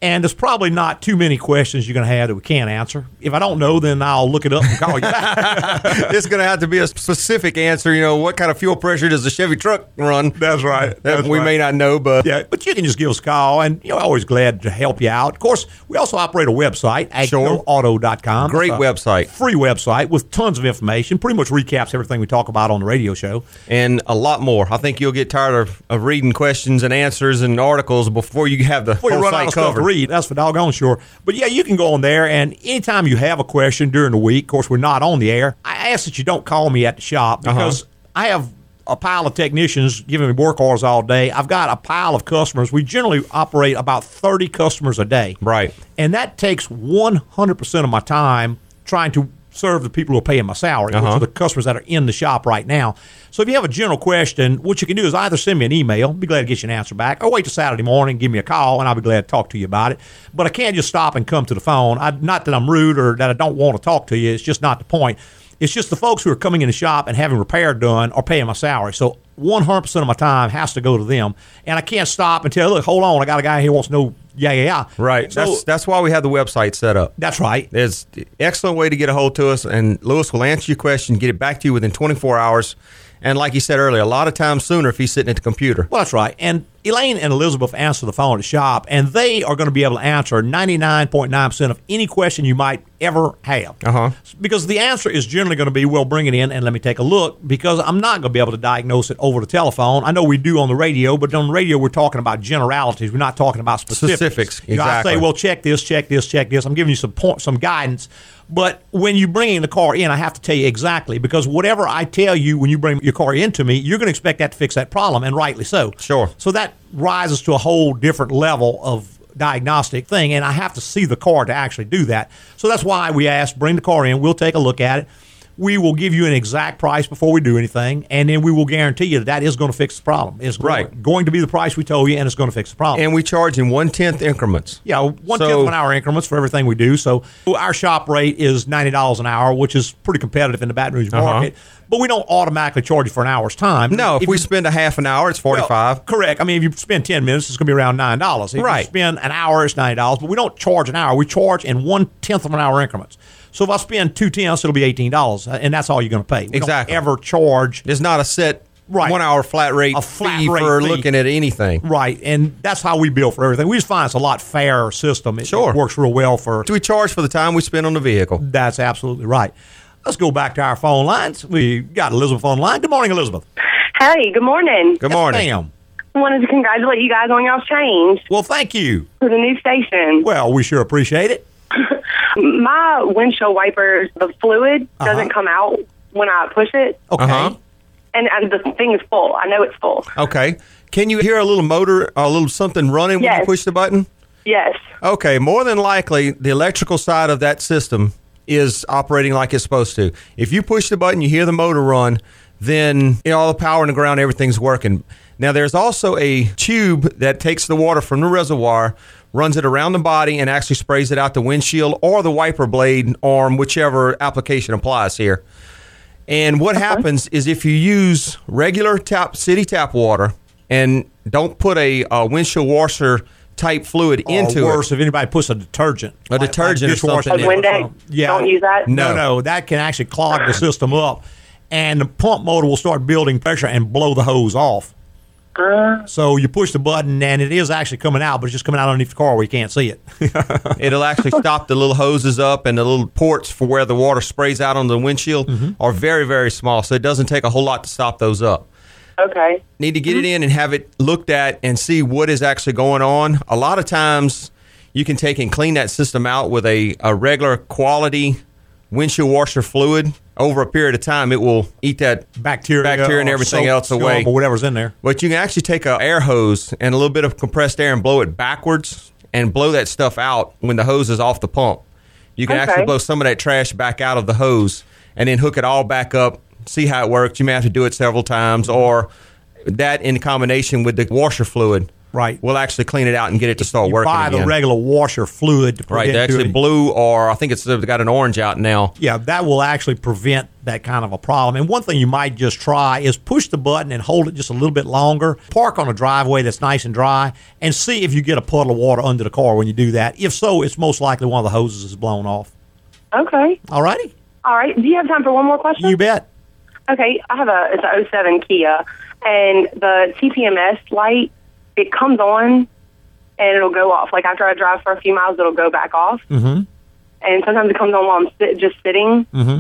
S1: And there's probably not too many questions you're going to have that we can't answer. If I don't know, then I'll look it up and call you back.
S2: it's going to have to be a specific answer. You know, what kind of fuel pressure does the Chevy truck run?
S1: That's right.
S2: That we may not know, but
S1: yeah, but you can just give us a call, and you know, always glad to help you out. Of course, we also operate a website, agnoauto.com.
S2: Great
S1: It's a
S2: website.
S1: Uh, Free website with tons of information. Pretty much recaps everything we talk about on the radio show.
S2: and a lot more. I think you'll get tired of, of reading questions and answers and articles before you have the
S1: Before you
S2: whole
S1: run
S2: site
S1: out of stuff
S2: covered.
S1: to read, that's for doggone sure. But yeah, you can go on there, and anytime you have a question during the week, of course, we're not on the air. I ask that you don't call me at the shop
S2: Uh-huh.
S1: because I have a pile of technicians giving me work orders all day. I've got a pile of customers. We generally operate about 30 customers a day.
S2: Right.
S1: And that takes 100% of my time trying to serve the people who are paying my salary, which
S2: Uh-huh.
S1: are the customers that are in the shop right now. So if you have a general question, what you can do is either send me an email, be glad to get you an answer back, or wait till Saturday morning, give me a call, and I'll be glad to talk to you about it. But I can't just stop and come to the phone. I, not that I'm rude or that I don't want to talk to you. It's just not the point. It's just the folks who are coming in the shop and having repair done are paying my salary. So 100% of my time has to go to them. And I can't stop and tell, look, hold on, I got a guy here who wants to know, yeah, yeah, yeah.
S2: Right.
S1: So-
S2: that's that's why we have the website set up.
S1: That's right.
S2: It's an excellent way to get a hold to us, and Lewis will answer your question, get it back to you within 24 hours. And like you said earlier, a lot of times sooner if he's sitting at the computer.
S1: Well, that's right. And Elaine and Elizabeth answer the phone at the shop, and they are going to be able to answer 99.9% of any question you might ever have.
S2: Uh huh.
S1: Because the answer is generally going to be, well, bring it in and let me take a look, because I'm not going to be able to diagnose it over the telephone. I know we do on the radio, but on the radio, we're talking about generalities. We're not talking about specifics.
S2: Specifics,
S1: You know, I
S2: exactly.
S1: say, well, check this, check this, check this. I'm giving you some point, some guidance. But when you bring in the car in, I have to tell you exactly because whatever I tell you when you bring your car into me, you're going to expect that to fix that problem, and rightly so. Sure. So that rises to a whole different level of diagnostic thing, and I have to see the car to actually do that. So that's why we ask, bring the car in. We'll take a look at it. We will give you an exact price before we do anything, and then we will guarantee you that that is going to fix the problem. It's
S2: Right.
S1: going to be the price we told you, and it's going to fix the problem.
S2: And we charge in one tenth increments.
S1: Yeah, one tenth
S2: So-
S1: of an hour increments for everything we do. So our shop rate is ninety dollars an hour, which is pretty competitive in the Baton Rouge
S2: Uh-huh.
S1: market. But we don't automatically charge you for an hour's time.
S2: No, if,
S1: If
S2: we
S1: you-
S2: spend a half an hour, it's 45
S1: well, correct. I mean, if you spend ten minutes, it's going to be around nine dollars. If
S2: Right.
S1: you spend an hour, it's ninety dollars. But we don't charge an hour. We charge in one tenth of an hour increments. So if I spend two tenths, it'll be eighteen dollars, uh, and that's all you're going to pay. We don't
S2: Exactly.
S1: ever charge.
S2: There's not a set one hour flat rate
S1: A flat
S2: fee
S1: rate
S2: for
S1: fee.
S2: looking at anything.
S1: Right, and that's how we bill for everything. We just find it's a lot fairer system. It, sure. works real well for.
S2: Do we charge for the time we spend on the vehicle?
S1: That's absolutely right. Let's go back to our phone lines. We got Elizabeth on the line. Good morning, Elizabeth.
S12: Hey, good morning.
S1: Good morning. Ma'am.
S12: Wanted to congratulate you guys on y'all's change
S1: Well, thank you.
S12: to the new station.
S1: Well, we sure appreciate it.
S12: My windshield wiper, the fluid
S1: Uh-huh.
S12: doesn't come out when I push it,
S1: Okay.
S2: Uh-huh.
S12: and, and the thing is full. I know it's full.
S2: Okay. Can you hear a little motor, a little something running when you
S12: Yes.
S2: push the button?
S12: Yes.
S2: Okay. More than likely, the electrical side of that system is operating like it's supposed to. If you push the button, you hear the motor run, then you know, all the power in the ground, everything's working. Now, there's also a tube that takes the water from the reservoir, runs it around the body, and actually sprays it out the windshield or the wiper blade arm, whichever application applies here. And what happens is if you use regular tap city tap water and don't put a, uh windshield washer type fluid
S1: Or
S2: into
S1: Oh, worse,
S2: it,
S1: if anybody puts a detergent,
S2: a detergent or
S1: dishwasher
S2: something,
S1: did. Yeah.
S12: Don't use that?
S1: No, no, that can actually clog the system up, and the pump motor will start building pressure and blow the hose off. So you push the button, and it is actually coming out, but it's just coming out underneath the car where you can't see it.
S2: it'll actually stop the little hoses up and the little ports for where the water sprays out on the windshield
S1: Mm-hmm.
S2: are very very small, so it doesn't take a whole lot to stop those up.
S12: Okay.
S2: Need to get it in and have it looked at and see what is actually going on. A lot of times you can take and clean that system out with a, a regular quality windshield washer fluid over a period of time. It will eat that
S1: bacteria,
S2: bacteria and
S1: or
S2: everything
S1: soap,
S2: else
S1: scum,
S2: away.
S1: or whatever's in there.
S2: But you can actually take a air hose and a little bit of compressed air and blow it backwards and blow that stuff out when the hose is off the pump. You can
S13: Okay.
S2: actually blow some of that trash back out of the hose and then hook it all back up, see how it works. You may have to do it several times or that in combination with the washer fluid.
S1: Right.
S2: We'll actually clean it out and get it to start working.
S1: Buy the
S2: again.
S1: regular washer fluid to
S2: Right,
S1: prevent
S2: they're actually
S1: doing-
S2: blue, or I think it's they've got an orange out now.
S1: Yeah, that will actually prevent that kind of a problem. And one thing you might just try is push the button and hold it just a little bit longer. Park on a driveway that's nice and dry and see if you get a puddle of water under the car when you do that. If so, it's most likely one of the hoses is blown off.
S12: Okay.
S1: All righty.
S12: All right. Do you have time for one more question?
S1: You bet.
S12: Okay. I have a it's a 07 Kia, and the TPMS light it comes on, and it'll go off. Like after I drive for a few miles, it'll go back off,
S1: Mm-hmm.
S12: and sometimes it comes on while I'm sit, just sitting.
S1: Mm-hmm.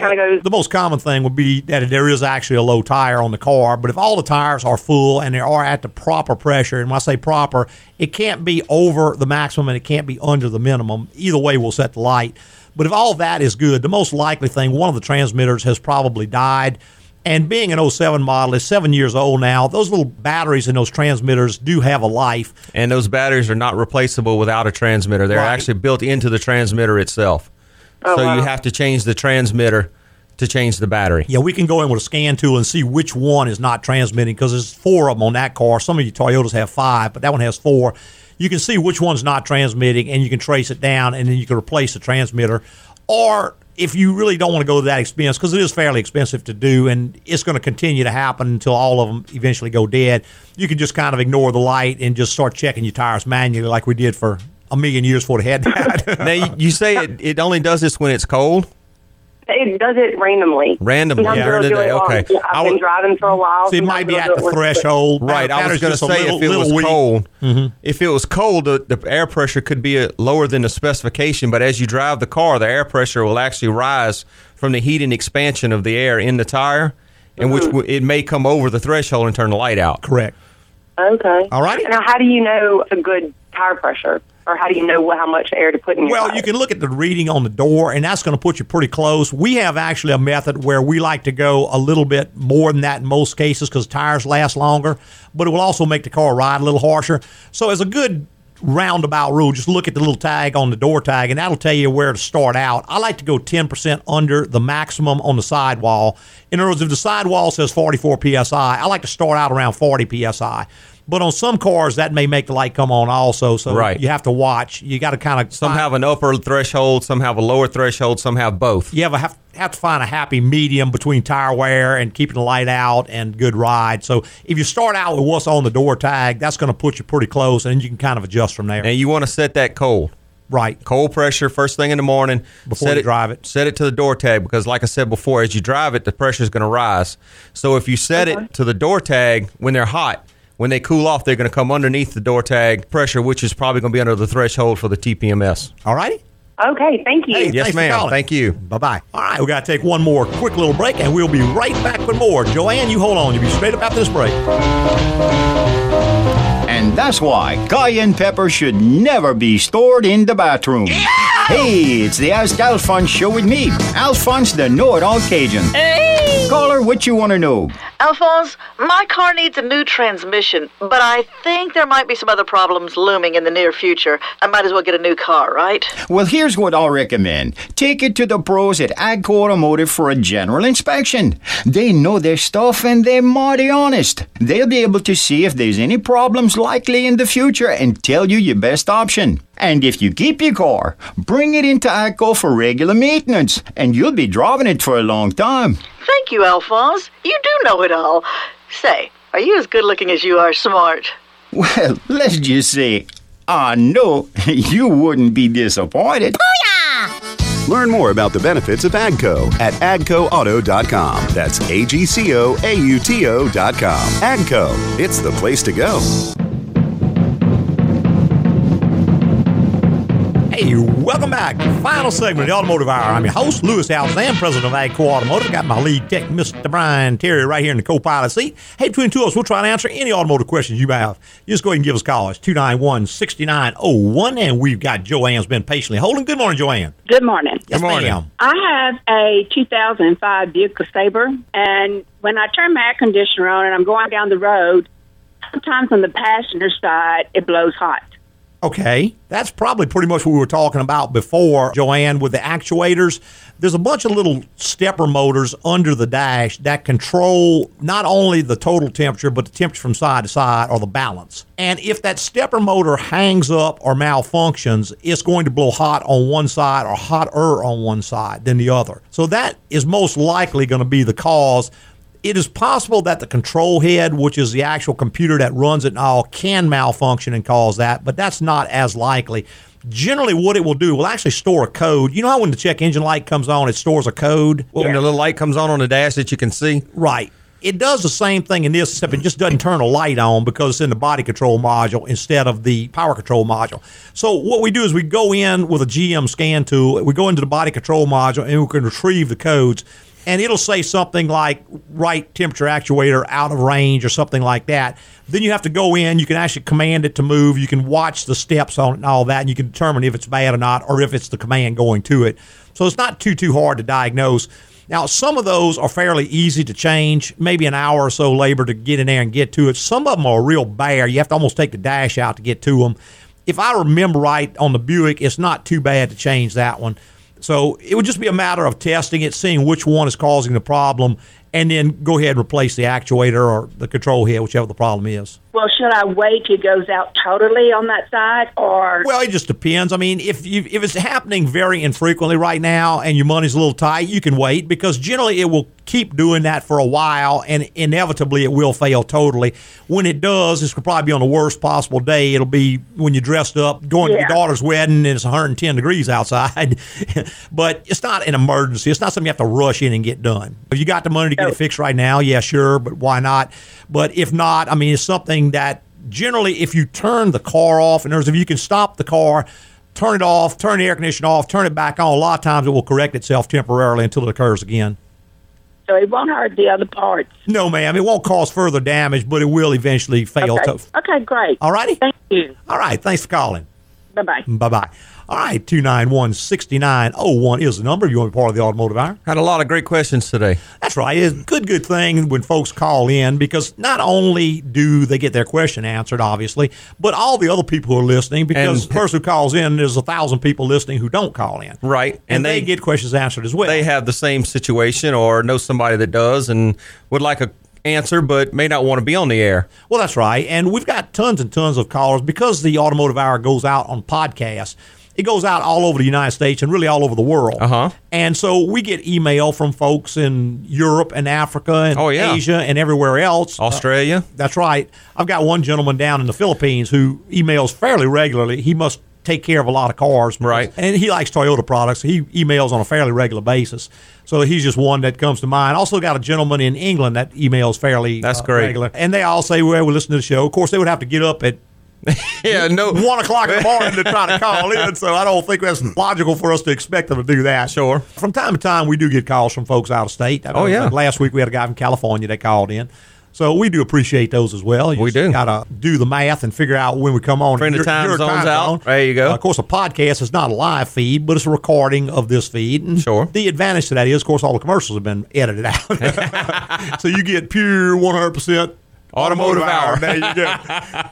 S12: Kind of goes.
S1: The most common thing would be that there is actually a low tire on the car, but if all the tires are full and they are at the proper pressure, and when I say proper, it can't be over the maximum and it can't be under the minimum. Either way, we'll set the light. But if all that is good, the most likely thing, one of the transmitters has probably died. And being an 07 model is seven years old now. Those little batteries in those transmitters do have a life.
S2: And those batteries are not replaceable without a transmitter. They're
S1: Right.
S2: actually built into the transmitter itself.
S1: Oh,
S2: so
S1: wow.
S2: you have to change the transmitter to change the battery.
S1: Yeah, we can go in with a scan tool and see which one is not transmitting because there's four of them on that car. Some of your Toyotas have five, but that one has four. You can see which one's not transmitting and you can trace it down and then you can replace the transmitter. Or if you really don't want to go to that expense, because it is fairly expensive to do and it's going to continue to happen until all of them eventually go dead, you can just kind of ignore the light and just start checking your tires manually like we did for a million years before they had that.
S2: now, you- you say it, it only does this when it's cold?
S12: It does it randomly.
S2: Randomly,
S12: Sometimes
S2: during
S12: it'll
S2: the
S12: do
S2: day,
S12: it while-
S2: okay.
S12: yeah, I've been driving for a while.
S1: So it might
S12: Sometimes
S1: be
S12: it'll
S1: at
S12: do
S1: the
S12: it when-
S1: threshold.
S2: Right. I was
S1: Battery's
S2: going to
S1: just a
S2: say
S1: little-
S2: if it
S1: little
S2: was
S1: weak. Mm-hmm.
S2: cold, if it was cold, the, the air pressure could be uh, lower than the specification. But as you drive the car, the air pressure will actually rise from the heat and expansion of the air in the tire, in which
S1: Mm-hmm.
S2: w- it may come over the threshold and turn the light out.
S1: Correct.
S12: Okay.
S1: All righty.
S12: Now, how do you know a good tire pressure, or how do you know what, how much air to put in your
S1: Well, you can look at the reading on the door, and that's going to put you pretty close. We have actually a method where we like to go a little bit more than that in most cases because tires last longer, but it will also make the car ride a little harsher. So, as a good roundabout rule, just look at the little tag on the door tag, and that'll tell you where to start out. I like to go 10% under the maximum on the sidewall. In other words, if the sidewall says 44 psi, I like to start out around 40 psi. But on some cars, that may make the light come on also. So
S2: Right.
S1: you have to watch. You got to kind of
S2: Some have an upper threshold, some have a lower threshold, some have both.
S1: you have, a, have have to find a happy medium between tire wear and keeping the light out and good ride. So if you start out with what's on the door tag, that's going to put you pretty close, and you can kind of adjust from there.
S2: And you want to set that cold.
S1: Right.
S2: Cold pressure first thing in the morning.
S1: Before
S2: set
S1: you
S2: it, drive
S1: it.
S2: Set it to the door tag because, like I said before, as you drive it, the pressure is going to rise. So if you set it to the door tag when they're hot, when they cool off, they're going to come underneath the door tag pressure, which is probably going to be under the threshold for the TPMS.
S1: All righty.
S12: Okay, thank you.
S2: yes, ma'am. Thank you.
S1: Bye bye. All right, we got to take one more quick little break, and we'll be right back with more. Joanne, you hold on. You'll be straight up after this break.
S5: And that's why cayenne pepper should never be stored in the bathroom. Hey, it's the Ask Alphonse show with me, Alphonse the Know It All Cajun. Hey! Call her what you want to know.
S14: Alphonse, my car needs a new transmission, but I think there might be some other problems looming in the near future. I might as well get a new car, right?
S5: Well, here's what I'll recommend. Take it to the pros at Agco Automotive for a general inspection. They know their stuff and they're mighty honest. They'll be able to see if there's any problems likely in the future and tell you your best option. And if you keep your car, bring it into Agco for regular maintenance and you'll be driving it for a long time.
S14: Thank you, Alphonse. You do know it all. Say, are you as good looking as you are smart?
S5: Well, let's just say, I know you wouldn't be disappointed.
S7: Learn more about the benefits of AGCO at agcoauto.com. That's A G C O A U T O.com. AGCO, it's the place to go.
S1: Hey, welcome back. Final segment of the Automotive Hour. I'm your host, Lewis Alexander, president of AGCO Automotive. Got my lead tech, Mr. Brian Terry, right here in the co pilot seat. Hey, between the two of us, we'll try to answer any automotive questions you may have. You just go ahead and give us a call. It's 291 6901, and we've got Joanne's been patiently holding. Good morning, Joanne.
S13: Good morning.
S1: Yes, Good morning. ma'am.
S13: I have a 2005 Buick Saber, and when I turn my air conditioner on and I'm going down the road, sometimes on the passenger side it blows hot.
S1: Okay, that's probably pretty much what we were talking about before, Joanne, with the actuators. There's a bunch of little stepper motors under the dash that control not only the total temperature, but the temperature from side to side or the balance. And if that stepper motor hangs up or malfunctions, it's going to blow hot on one side or hotter on one side than the other. So that is most likely going to be the cause it is possible that the control head, which is the actual computer that runs it and all, can malfunction and cause that, but that's not as likely. Generally, what it will do will actually store a code. You know how when the check engine light comes on, it stores a code?
S2: When the little light comes on on the dash that you can see?
S1: Right. It does the same thing in this, except it just doesn't turn a light on because it's in the body control module instead of the power control module. So what we do is we go in with a GM scan tool, we go into the body control module, and we can retrieve the codes. And it'll say something like right temperature actuator out of range or something like that. Then you have to go in. You can actually command it to move. You can watch the steps on it and all that, and you can determine if it's bad or not, or if it's the command going to it. So it's not too too hard to diagnose. Now, some of those are fairly easy to change, maybe an hour or so labor to get in there and get to it. Some of them are real bare. You have to almost take the dash out to get to them. If I remember right on the Buick, it's not too bad to change that one. So it would just be a matter of testing it, seeing which one is causing the problem, and then go ahead and replace the actuator or the control head, whichever the problem is.
S13: Well, should I wait till it goes out totally on that side, or
S1: Well, it just depends. I mean, if you if it's happening very infrequently right now and your money's a little tight, you can wait because generally it will keep doing that for a while and inevitably it will fail totally. When it does, it's gonna probably be on the worst possible day. It'll be when you're dressed up, going to
S15: Yeah.
S1: your daughter's wedding and it's 110 degrees outside. but it's not an emergency. It's not something you have to rush in and get done. If you got the money to get it fixed right now, yeah, sure, but why not? But if not, I mean, it's something that generally, if you turn the car off, in other words, if you can stop the car, turn it off, turn the air conditioner off, turn it back on, a lot of times it will correct itself temporarily until it occurs again.
S13: so it won't hurt the other parts?
S1: No, ma'am, it won't cause further damage, but it will eventually fail.
S13: Okay.
S1: To,
S13: Okay, great.
S1: all righty?
S13: Thank you.
S1: All right, thanks for calling.
S13: Bye bye.
S1: Bye bye. All right, 291 6901 is the number if you want to be part of the automotive hour.
S2: Had a lot of great questions today.
S1: That's right. It's a good, good thing when folks call in because not only do they get their question answered, obviously, but all the other people who are listening because
S2: And-
S1: the person who calls in, there's a thousand people listening who don't call in.
S2: Right.
S1: And, they, get questions answered as well.
S2: They have the same situation or know somebody that does and would like a answer but may not want to be on the air.
S1: Well, that's right. And we've got tons and tons of callers because the Automotive Hour goes out on podcasts. It goes out all over the United States and really all over the world. Uh-huh. And so we get email from folks in Europe and Africa and
S2: Oh, yeah.
S1: Asia and everywhere else.
S2: Australia.
S1: That's right. I've got one gentleman down in the Philippines who emails fairly regularly. He must take care of a lot of cars. Right. And he likes Toyota products. He emails on a fairly regular basis. So he's just one that comes to mind. Also got a gentleman in England that emails fairly That's
S2: great.
S1: regular. And they all say, well, we listen to the show. Of course, they would have to get up at Uh,
S2: yeah, no.
S1: one o'clock in the morning to try to call in. So I don't think that's logical for us to expect them to do that. Sure. From time to time, we do get calls from folks out of state. I
S2: Oh, yeah.
S1: Last week we had a guy from California that called in. So we do appreciate those as well. You we do. Got to do the math and figure out when we come on.
S2: Friend of
S1: Your-
S2: time
S1: your
S2: zones out. There you go.
S1: Uh, of course, a podcast is not a live feed, but it's a recording of this feed. And sure. The advantage to that is, of course, all the commercials have been edited out. so you get pure 100%
S2: Automotive hour.
S1: There you go.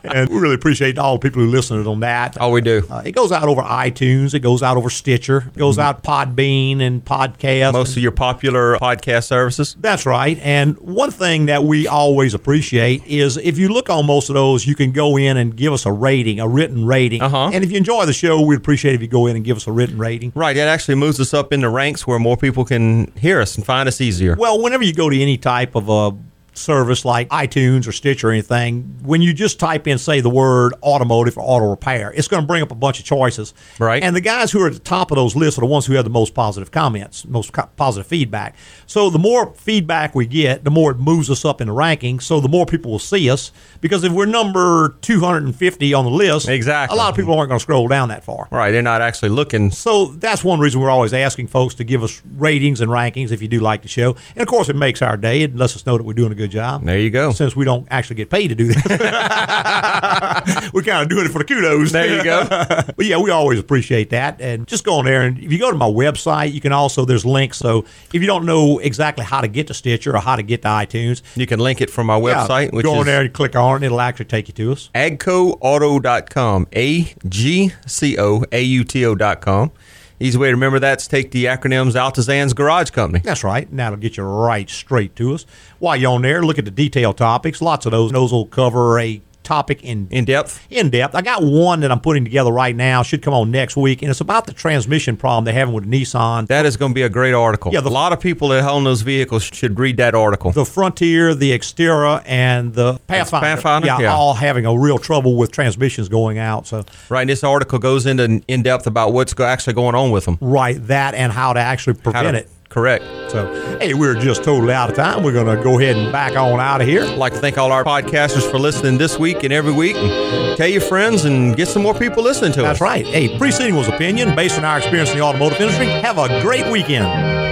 S1: and we really appreciate all the people who listened on that.
S2: Oh, we do.
S1: Uh, it goes out over iTunes. It goes out over Stitcher. It goes out Podbean and podcast.
S2: Most of your popular podcast services.
S1: That's right. And one thing that we always appreciate is if you look on most of those, you can go in and give us a rating, a written rating. Uh-huh. And if you enjoy the show, we'd appreciate if you go in and give us a written rating.
S2: Right, that actually moves us up in the ranks where more people can hear us and find us easier.
S1: Well, whenever you go to any type of a service like iTunes or Stitch or anything, when you just type in, say, the word automotive or auto repair, it's going to bring up a bunch of choices. Right. And the guys who are at the top of those lists are the ones who have the most positive comments, most co- positive feedback. So the more feedback we get, the more it moves us up in the rankings. So the more people will see us because if we're number 250 on the list, exactly. a lot of people aren't going to scroll down that far.
S2: Right, they're not actually looking.
S1: So that's one reason we're always asking folks to give us ratings and rankings if you do like the show. And of course, it makes our day. It lets us know that we're doing a good job.
S2: There you go.
S1: Since we don't actually get paid to do that, we're kind of doing it for the kudos.
S2: There you go.
S1: but yeah, we always appreciate that. And just go on there. And if you go to my website, you can also, there's links. So if you don't know exactly how to get to Stitcher or how to get to iTunes,
S2: You can link it from our
S1: yeah,
S2: website, which
S1: go on
S2: is
S1: there and click on it, and it'll actually take you to us.
S2: agcoauto.com. A G C O A U T O.com. Easy way to remember that's take the acronyms Altazan's Garage Company.
S1: That's right. And that'll get you right straight to us. While you're on there, look at the detailed topics. Lots of those. Those will cover a topic in
S2: in depth.
S1: In depth. I got one that I'm putting together right now. Should come on next week, and it's about the transmission problem they're having with Nissan.
S2: That is going to be a great article.
S1: Yeah,
S2: a
S1: the-
S2: lot of people that own those vehicles should read that article.
S1: The Frontier, the Xterra, and the Pathfinder,
S2: Pathfinder,
S1: yeah,
S2: yeah.
S1: all having a real trouble with transmissions going out. So
S2: Right, and this article goes into in depth about what's go- actually going on with them.
S1: right, that and how to actually prevent it.
S2: Correct.
S1: So, hey, we're just totally out of time. We're going to go ahead and back on out of here.
S2: I'd like to thank all our podcasters for listening this week and every week. And tell your friends and get some more people listening to
S1: That's
S2: us.
S1: right. Hey, preceding was opinion based on our experience in the automotive industry. Have a great weekend.